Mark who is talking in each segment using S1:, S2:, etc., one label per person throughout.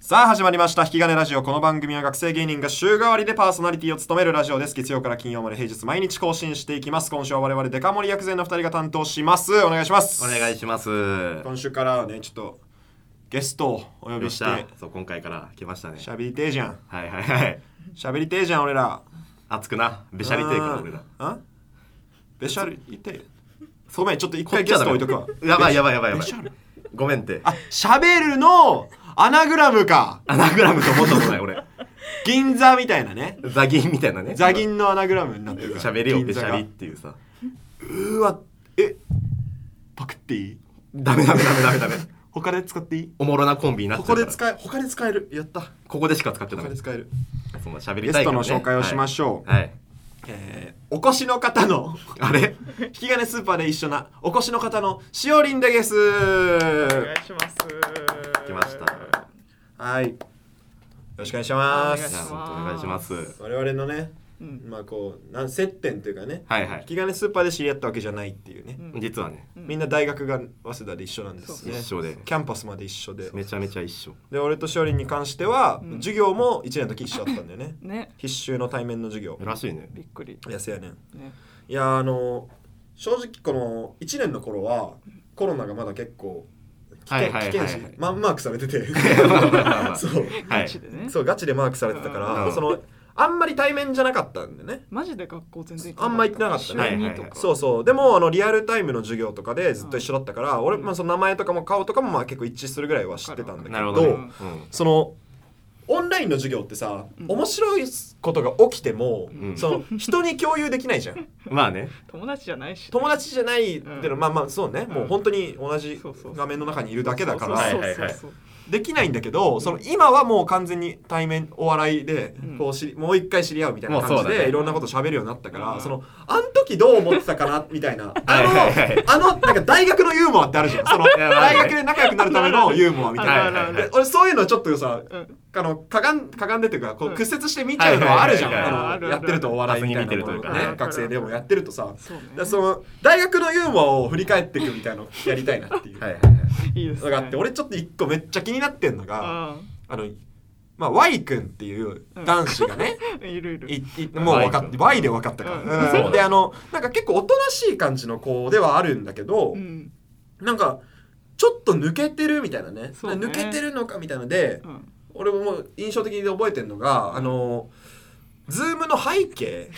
S1: さあ始まりました引き金ラジオこの番組は学生芸人が週替わりでパーソナリティを務めるラジオです月曜から金曜まで平日毎日更新していきます今週は我々デカ盛り薬膳の2人が担当しますお願いします
S2: お願いします
S1: 今週からはねちょっとゲストをお呼
S2: よっ
S1: びし
S2: してゃそう今回から来ましたね
S1: しゃべりてえじゃん
S2: はいはいはい
S1: しゃべりてえじゃん俺ら
S2: 熱くなべしゃりてえから俺ら
S1: あべしゃりてえごめんちょっと一回ゲスト置いとくわ
S2: やばいやばいやばい
S1: べ
S2: やばい
S1: しゃる
S2: ごめんって
S1: あしゃべるのアナグラムか
S2: アナグラムと思ったことない俺
S1: 銀座みたいなね
S2: ザギンみたいなね
S1: 座銀のアナグラムになってるから
S2: 喋りをべ
S1: 銀
S2: し
S1: 座
S2: ゃ
S1: が
S2: りっていうさ
S1: うーわえパクっていい
S2: ダメダメダメダメダメ
S1: 他で使っていい
S2: おもろなコンビになっち
S1: こ
S2: ゃうか
S1: こ
S2: ら
S1: で使え他で使えるやった
S2: ここでしか使っちゃダ
S1: 他
S2: メ
S1: で使える
S2: そんな喋り
S1: ゲ
S2: た
S1: ス
S2: いか
S1: ト
S2: らね
S1: の紹介をしましょう、
S2: はいはい
S1: えーお越しの方の
S2: あれ
S1: 引き金スーパーで一緒なお越しの方のしおりんでゲス
S3: お願いします。
S2: 来ました
S1: はいよろしくお願いし
S3: お
S1: ま
S3: 願いし
S2: じゃあ
S3: ますす
S2: 本当お願いします
S1: 我々のね
S3: うん
S1: まあこうなん接点というかね
S2: はいは
S1: 引
S2: い
S1: き金スーパーで知り合ったわけじゃないっていうね、
S3: うん
S2: 実はね
S1: みんな大学が早稲田で一緒なんですね
S2: 一緒で
S1: キャンパスまで一緒で
S2: めちゃめちゃ一緒
S1: で俺としおりんに関しては、
S3: うん
S1: 授業も1年の時一緒だったんだよね
S3: ね、
S1: 必修の対面の授業
S2: らしいね
S3: びっくり。
S1: いやせやねん
S3: ね、
S1: いやあの正直この1年の頃はコロナがまだ結構危
S2: はい
S1: 険
S2: はい
S1: 危
S2: はいは
S1: 険
S2: い
S1: 視マンマークされて てそ
S2: は
S1: う
S3: ガ
S2: い
S3: チでね。
S1: そうガチでマークされてたか
S2: う
S1: ら
S2: ん
S1: そのあんまり対面じゃなかったんでね
S3: マジで学校全然
S1: あんま行ってなかったね
S3: 週にとか。
S1: そうそうでもあのリアルタイムの授業とかでずっと一緒だったから俺、まあ、その名前とかも顔とかもまあ結構一致するぐらいは知ってたんだけど
S2: なるほどね
S3: どう
S2: うん
S1: そのオンラインの授業ってさ、
S3: うん
S1: 面白いことが起きても、
S2: うん
S1: その人に共有できないじゃん
S2: まあね
S3: 友達じゃないし。
S1: 友達じゃないっていうのは、
S3: うん
S1: まあまあそうね、もう本当に同じ
S3: そうそうそう
S1: 画面の中にいるだけだか
S2: そう
S1: ら
S2: そうはいはいはい
S3: そうそう
S1: できないんだけどその今はもう完全に対面お笑いで
S3: うん
S1: こう知りもう一回知り合うみたいな
S2: もう
S1: 感
S2: そ
S1: じ
S2: う
S1: で、
S2: だね
S1: いろんなこと喋るようになったから、
S3: うん
S1: そのあん時どう思ってたかなみたいなあ
S2: はい
S1: の、
S2: はいはい
S1: あのなんか大学のユーモアってあるじゃんその
S2: やまあ
S1: 大
S2: ね
S1: 学で仲良くなるためのユーモアみたいな。
S2: はいはいはい
S1: で俺そういうのちょっとさ
S3: そううん。
S1: あのかがんかがんでというかこ
S3: う
S1: うん屈折して見ちゃうのはあるじゃん
S2: はいはいはい
S3: はい
S1: あのやってるとお笑いみたいな
S2: 見てるというかね
S1: ね学生でもやってるとさ
S3: そうね
S1: で。その大学のユーモアを振り返っていくみたいなのやりたいなっていう
S2: はい
S1: の
S2: はいはい
S3: いいですね。
S1: があって俺ちょっと一個めっちゃ気になってんのが
S3: あ
S1: あのまあ Y 君っていう男子が ね
S3: あ、いるいる。
S1: いいもう分かって Y で分かったか
S2: うん
S1: らうんであのなんか結構おとなしい感じの子ではあるんだけど
S3: うん。
S1: なんかちょっと抜けてるみたいなね
S3: そうね
S1: 抜けてるのかみたいなので
S3: うん。
S1: 俺ももう印象的に覚えてるのがあのズームの背 景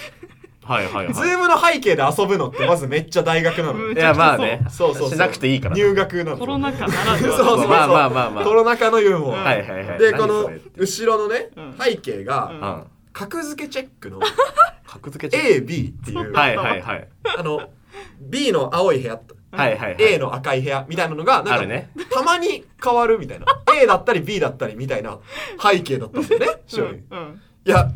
S2: はいはい
S1: ズ
S2: は
S1: ームの背景で遊ぶのってまずめっちゃ大学なの
S3: う
S1: よ
S3: ん
S2: い。いやまあね、
S1: そうそうそう
S2: しなくていいから。
S1: 入学なの
S3: コロナ禍ならでは。
S1: そうそうそう
S2: まあまあまあま あ。
S1: コロナ禍のユーモア、
S2: はいはいはい。
S1: で
S2: 何
S1: こ
S2: そ
S1: の
S2: れって
S1: 後ろのね、
S3: うん
S1: 背景
S3: う
S1: が
S3: ん
S2: うん。
S1: 格付けチェックの
S2: 格付けちゃ
S1: AB っていうう、
S2: はいはいはい。
S1: あの B の青い部屋と
S2: はいはいはい。
S1: A の赤い部屋みたいなのがなん
S2: あ
S1: か、
S2: るね。
S1: たまに変わるみたいな A だったり B だったりみたいな背景だったんだよね
S3: う
S1: 正直い
S3: ん。うん。
S1: や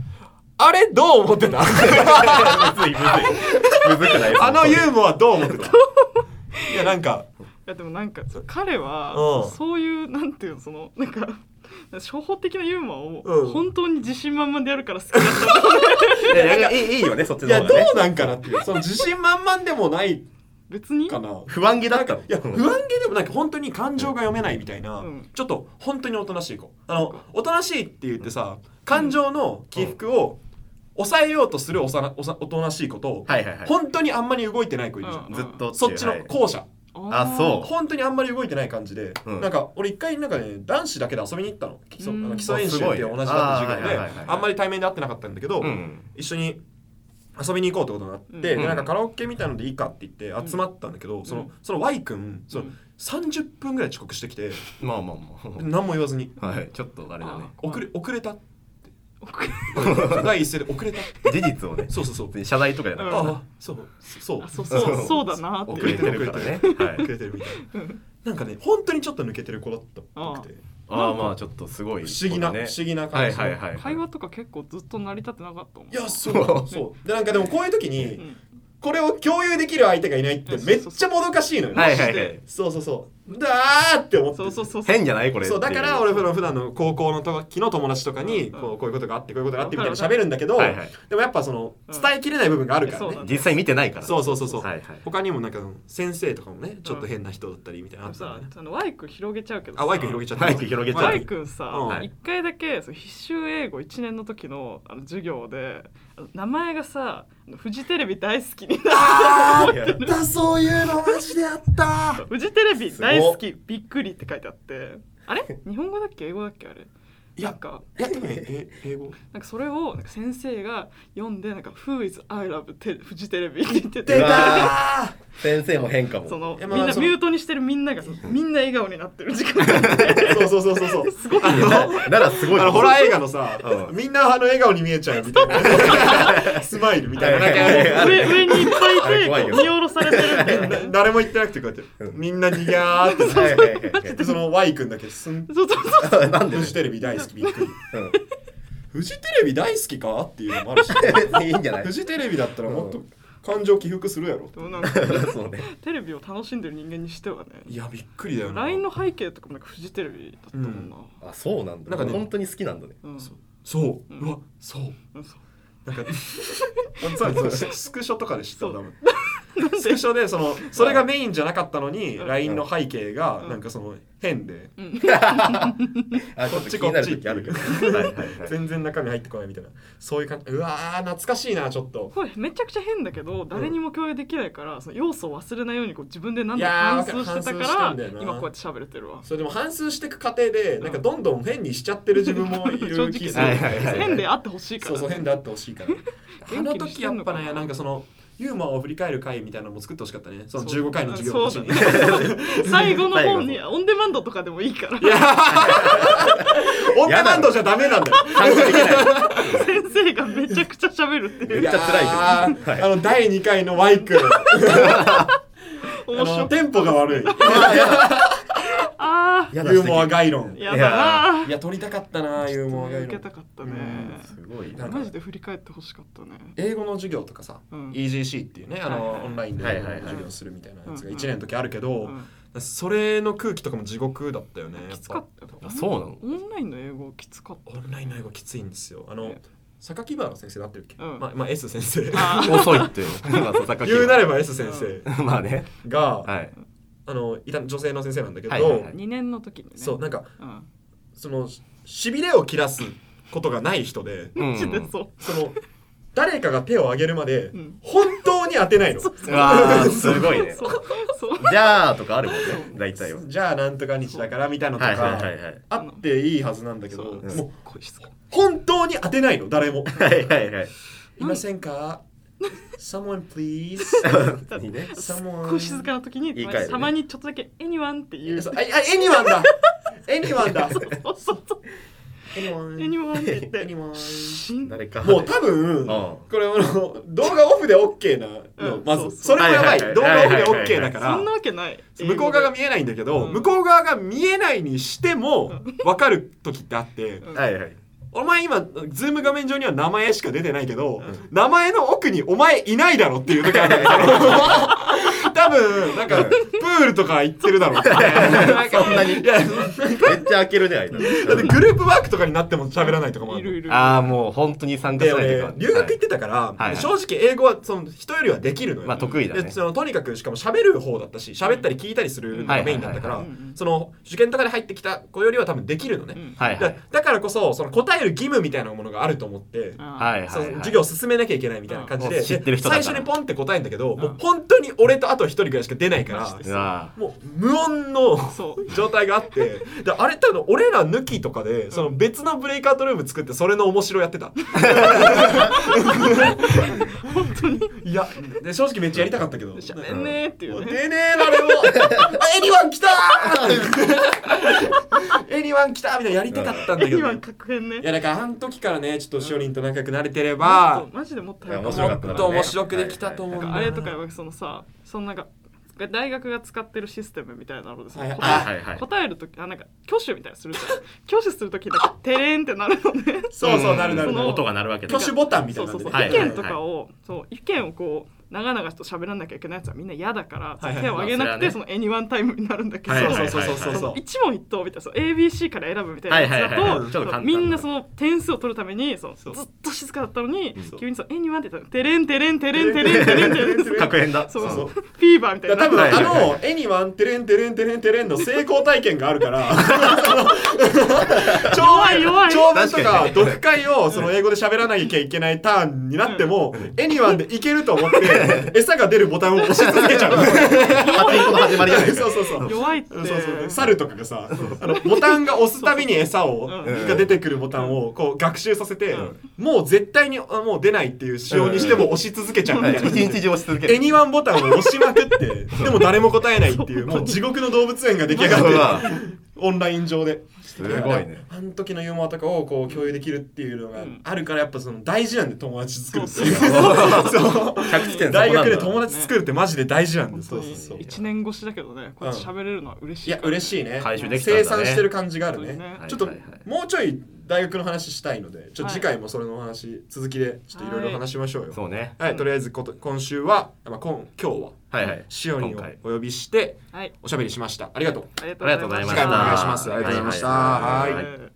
S1: あれどう思 ってた
S2: むずいむずい。むずくない
S1: あのユーモアどう思ってたいやなんか
S3: いやでもなんかそう彼
S1: う
S3: は
S1: ん
S3: そういうなんていうのそのなんか初歩的なユーモア
S1: うん
S3: を本当に自信満々でやるから好きだった
S2: いやいやいいいいよね、そっち
S1: い
S2: の
S1: や
S2: 方
S1: ど
S2: がね
S1: う。なんかなっていうその自信満々でもない
S3: 別に
S1: かな
S2: 不安げだったの。
S1: いや不安げでもなんか本当に感情が読めないみたいな、
S3: うん
S1: ちょっと本当におとなしい子あのおとなしいって言ってさ感情の起伏を抑えようとするおさなおさおとなしい子と、
S2: はいはいはい。
S1: 本当にあんまり動いてない子いるじゃん、
S3: うん
S2: ずっとていう
S1: そっちの後者、
S2: あそ
S1: 本当にあんまり動いてない感じで、
S2: うん
S1: なんか俺一回なんかね男子だけで遊びに行ったの基礎,、
S3: うん
S1: あの基礎演習っていう同じだった授業
S2: あすごいね
S1: で
S2: あーはいはいはいはい
S1: あんまり対面で会ってなかったんだけど、
S2: うん。
S1: 一緒に遊びに行こうってことになって、
S3: うん
S1: で
S2: うん
S1: なんかカラオケみたいのでいいかって言って集まったんだけど、そのその Y 君その
S3: うん
S1: 30分ぐらい遅刻してきて
S2: まあまあ
S1: 何も言わずに
S2: まあ。はい、ちょっとあれだね。
S3: うん
S1: 遅れ遅れたって
S3: 遅れ
S1: 第一声で遅れた
S2: 事実をね、
S1: そうそう そう
S2: 別に謝罪とかじゃなくて
S3: うん
S1: ああそうそう
S3: あそうそうそうだなって
S2: 遅れてるからね。はい
S1: 遅。れてるみたいななんかね本当にちょっと抜けてる子だったっぽくて
S2: ああまあちょっとすごい。
S1: 不思議な、
S2: ね
S1: 不思議な
S2: は
S1: 感
S2: い
S1: じ、
S2: はいはいはい。
S3: 会話とか結構ずっと成り立ってなかったもん
S1: いやそうそうでなんかでもこういう時に、
S3: うん
S1: これを共有できる相手がいないってめっちゃもどかしいのよ、
S2: はいはいはい
S1: そうそうそうだーって思って
S3: そうそうそうそう
S2: 変じゃないこれ
S1: そうだから俺の普段の高校の時の友達とかに
S3: うん
S1: こうこういうことがあってこういうことがあってみたいに喋るんだけど、
S2: はいはい
S1: でもやっぱその
S3: うん
S1: 伝えきれない部分があるから
S3: そう
S1: ね、
S3: だね
S2: 実際見てないから
S1: そうそうそうそう、
S2: はいはい
S1: 他にもなんか先生とかもねちょっと変な人だったりみたいなのあったから
S3: さ
S1: ね、
S3: あのワイ君広げちゃうけどさ
S1: あワイク広げちゃった
S2: ワイク広げちゃう
S3: ワ
S1: ワ
S3: イ
S1: イク
S3: 君さ
S1: うん
S3: 一、回だけそう必修英語1年の時のあの授業であの名前がさあのフジテレビ大好 きになった
S1: あー
S2: いや
S1: あったそういうのマジであった
S3: フジテレビ大好きびっくりって書いてあって あれ日本語だっけ英語だっけあれ
S1: い
S3: な
S1: や
S3: んか
S1: いやでもねえ英語
S3: なんかそれをなんか先生が読んでなんか「Who is I love テレフジテレビ」って言って
S1: 出
S2: う
S1: た
S3: て
S2: わ先生も変かも
S3: その
S1: い
S3: み
S1: や
S3: ん
S1: まあ
S3: な
S1: そ
S3: ミ
S1: の
S3: ュートにしてるみんながそうみんな笑顔になってる時間があって
S1: ーそうそうそうそうそう
S3: すごい
S1: あの
S2: ならすごい
S1: あのホラー映画のさ、
S2: うん
S1: みんなあの笑顔に見えちゃうみたい なスマイルみたいななんかあの
S2: ある
S3: 上上にいっぱ
S2: あ
S3: い
S2: れ
S3: い
S2: 怖
S3: て
S2: い
S3: こ
S2: よ
S3: う見下ろされてるみたいな
S1: な誰も言ってなくてこうやって、
S2: うん
S1: みんなにぎゃーってなって
S2: はいはいはいはい
S1: でその Y 君だけすん
S3: そうそうそう
S2: なんで
S1: フジテレビ大好きびっくりフジテレビ大好きかっていうのもあるし
S2: うんいいんじゃない
S1: フジテレビだったらもっと感情起伏するやろ
S3: でもなんか
S2: そうね
S3: テレビを楽しんでる人間にしてはね
S1: いやびっくりだよな
S3: LINE の背景とかもなんかフジテレビだったもんな、
S2: あそうなん
S1: な
S2: だ
S1: んかね
S2: 本当に好きなんだね
S3: うん
S1: そうそうう、
S3: ん
S1: うわそう
S3: うんそう
S1: なんかあそうそうスクショとかで知ったんだもん
S3: なんで
S1: スクショでそのそれがメインじゃなかったのに LINE の背景が
S3: うん
S1: なんかその変で
S3: うん
S2: あちょっと気になる時あるけどはいはいはい
S1: 全然中身入ってこないみたいなそういう感じうわー懐かしいなちょっと
S3: これめちゃくちゃ変だけど誰にも共有できないから、その要素を忘れないようにこう自分で何
S1: い
S3: 度
S1: や
S3: か
S1: ー
S3: 反芻してた
S1: 反芻して
S3: か
S1: んだ
S3: ら
S1: よな
S3: 今こうやって喋れてるわ
S1: それでも反芻していく過程でなんかどんどん変にしちゃってる自分もい
S3: 正直
S1: る気す
S2: は
S1: る
S2: いはいはい
S3: 変であってほしいから、
S1: そうそう変であってほしいからあの時やっぱねなんかそのユーモアを振り返る回みたいなのも作ってほしかったねその
S3: そう
S1: 15回の授業の時に
S3: そう最後の方
S2: 最
S3: に
S2: 後
S3: オンデマンドとかでもいいから
S1: いやーオンデマンドじゃダメなんだよ
S2: 反省できない
S3: 先生がめちゃくちゃ喋るっていう
S2: めっちゃ辛いけど
S1: やーあの第2回の Y 君あ
S3: 面白
S1: の
S3: い
S1: テンポが悪い
S3: あ
S2: やだ
S1: ユーモア概論
S3: ー
S1: い
S3: やだなー
S1: や撮りたかったなユーモア概
S3: 受け
S1: 論
S3: たかったね
S1: うん
S2: すごい
S1: なんか
S3: マジで振り返ってほしかったね
S1: 英語の授業とかさ、
S3: うん
S1: EGC っていうねあの、
S3: はいはい
S1: オンラインで
S2: はいはいはい
S1: 授業するみたいなやつ
S3: うん
S1: が
S3: うん
S1: 1年の時あるけど、
S3: うん
S1: それの空気とかも地獄だったよねやっぱ
S3: きつかったよ
S2: あそうなの
S3: オンラインの英語きつかっ
S1: オンラインの英語きついんですよあの
S3: ね
S1: 榊原先生だってるっけ、
S3: うん
S1: まあ、まあ S 先生
S3: あ
S2: 遅いっていうまあ佐々木 は
S1: 言うなれば S 先生
S2: まあね
S1: が、
S2: はい
S1: あのいた女性の先生なんだけど、
S2: はいはい
S3: た2年の時にね
S1: そうなんか
S3: うん
S1: そのしびれを切らすことがない人で
S2: うん
S3: マジでそう
S1: その誰かが手を挙げるまで
S3: うん
S1: 本当に当てないの、
S2: うわーすごいね
S3: そうそう
S2: じゃあとかあるもんね大体は
S1: じゃあなんとか日だからみたいなのとか、
S2: はいはいはいはい
S1: あっていいはずなんだけど、
S3: そう
S2: うん
S1: もう
S3: こいつ
S1: 本当に当てないの誰も
S2: はいはい はい
S1: いませんか Someone please
S2: いいね
S3: こ
S1: Someone
S3: う静かな時に
S2: 言い換えるね
S3: たまにちょっとだけ「anyone」って言う
S1: そうああ anyone だ anyone だ
S3: そうそうそう
S1: anyone
S3: anyone って言って
S1: anyone
S3: シン
S2: 誰か
S1: もう多分
S2: うん
S1: これあの動画オフで OK な
S3: う
S1: の
S3: ん
S1: ま
S3: そう
S1: ず
S3: そ
S1: そうれもやばい
S2: はいはい
S1: 動画オフで
S2: はいはいはい
S1: OK だか
S3: そんな
S1: ら
S3: わけない
S1: 向こう側が見えないんだけど
S3: うん
S1: 向こう側が見えないにしても分かる時ってあって
S3: うん
S2: はいはい
S1: お前今ズーム画面上には名前しか出てないけど名前の奥にお前いないだろっていう時あるんだけど多分なんか
S2: うん
S1: プールとか行ってるだろうってなんか
S2: そんなに
S1: いや
S2: めっちゃ開けるね間
S1: だってグループワークとかになっても喋らないとかもあ
S3: いるいる
S2: ああもう本当に参加し
S1: で
S2: ないとい
S1: 俺
S2: けない
S1: 留学行ってたから、
S2: いはい
S1: 正直英語はその人よりはできるのよ、
S2: まあ得意だね
S1: でそのとにかくしかも喋る方だったし喋ったり聞いたりするのがメインだったから、
S3: はいはいはいはい
S1: その受験とかで入ってきた子よりは多分できるのね、
S3: うん
S2: はいは
S1: だ
S2: い
S1: だからこそその答える義務みたいなものがあると思って、
S2: はいはい
S1: そ
S2: はい
S1: の授業進めなきゃいけないみたいな感じで,
S2: う
S1: で、
S2: ん知ってる人だから
S1: 最初にポンって答えんだけど、
S3: ん
S1: もう本当に俺とあと一人ぐらいしか出ないか
S3: マジ
S1: ら
S2: う
S3: で
S2: わ
S1: もう無音の
S3: そう
S1: 状態があってであれ多分俺ら抜きとかでその別のブレイクアウトルーム作ってそれの面白やってた
S3: 本当に
S1: いやで正直めっちゃやりたかったけど
S3: 「しゃべんね」っていうね
S1: 出ねえ誰もエニワン来たー エニワン来たみたいなやりたかったんだけど、
S3: 今確変ね
S1: いやだからあの時からねちょっとしおりんと仲良くなれてれ
S3: も
S1: ば
S3: っとマジでもっと
S2: いや
S3: 早
S1: もっ
S2: 面白かっただろうね
S1: と面白くできたと思うんん
S3: な
S1: だ
S3: か
S1: な
S3: あれとかやっぱそのさそのなんか大学が使ってるシステムみたいなのでさ、
S1: はいはい
S2: ーはいはいはい
S3: 答えるときあなんか挙手みたいなのするじゃん挙手するときなん かテレーンってなるのね
S1: そうそうなるなる
S3: そ
S1: な
S3: の
S1: る
S2: 音が鳴るわけだ
S1: 挙手ボタンみた
S3: そ
S1: いうなん
S3: そ
S1: で
S3: う
S1: ね
S3: そう、
S2: はい
S3: 意見とかを、そう意見をこう長々と喋らなきゃいけないやつはみんな嫌だから、
S1: はいはい
S3: 手を挙げなくて、
S2: まあそ
S3: そのエニワンタイムになるんだけど、
S2: はいはい
S1: そうそうそうそうそう。
S3: 一問一答みたいなその ABC から選ぶみたいなやつだと、
S2: はいはいはいはいちょっと簡単な
S3: みんなその点数を取るためにそのず
S1: そ
S3: っ
S1: う
S3: と静かだったのに
S1: うん
S3: 急にその「えにわん」って言ったら「テレンテレンテレンテレンテレンテレン」そう
S2: 確変だ。
S3: そう
S1: そ
S3: そう
S1: う
S3: フィーバーみたい
S1: だ
S3: な
S1: から多分
S2: はいはいはい
S1: あの絵にワンテレンテレンテレンテレンの成功体験があるから その
S3: 弱い弱い
S1: 長文と
S2: 確かに
S1: か
S2: ね
S1: 読解をその英語で喋らなきゃいけないターンになっても絵にワンでいけると思 って餌が出るボタンを押し続けちゃう
S2: パチンコの始まりじゃないです
S1: そ
S2: か
S1: う。そうそう
S3: 弱いって
S1: そうそうそう猿とかがさあのボタンが押すたびに餌を
S2: うん
S1: が出てくるボタンをこう学習させて、
S2: うん
S1: もう絶対にあもう出ないっていう仕様にしても押し続けちゃう
S2: は
S1: み
S2: い
S1: たいな。
S2: 一日中押し続ける。
S1: エニワンボタンを押しまくってでも誰も答えないっていうもう地獄の動物園が出来上
S2: う
S1: がって
S2: わ
S1: るオンライン上です
S2: ごいね。
S1: あの時のユーモアとかをこう共有できるっていうのが
S3: うん
S1: あるからやっぱその大事なんで友達作るって
S3: そう
S1: いうそう
S2: 百点
S1: 大学で友達作るってマジで大事なんで
S3: 本
S1: す
S3: 当
S1: そう
S3: に
S1: そうそう
S3: 1年越しだけどねこうやって喋れるのは嬉し
S1: い
S3: い
S1: や
S3: からね
S1: 嬉しいね
S2: 回収できたんだ
S1: 生
S2: ね
S1: 産してる感じがあるね
S3: 本当にね
S1: ちょっと
S2: はいはいはい
S1: もうちょい大学の話したいのでちょっと次回もそれのお話続きでちょっといろいろ話しましょうよ
S2: そうね。
S1: はい、とりあえずこと今週は、まあ、今今日は
S2: はいはい。
S1: シオニ
S2: 今
S1: を
S2: 回
S1: お呼びして
S3: はい
S1: おしゃべりしました。ありがとう。
S3: ありが
S2: ありがとうございま
S1: 次回
S2: し
S1: も
S2: た
S1: お願いします。ありがとうございました。
S2: は
S1: は
S2: いはいい。
S3: えー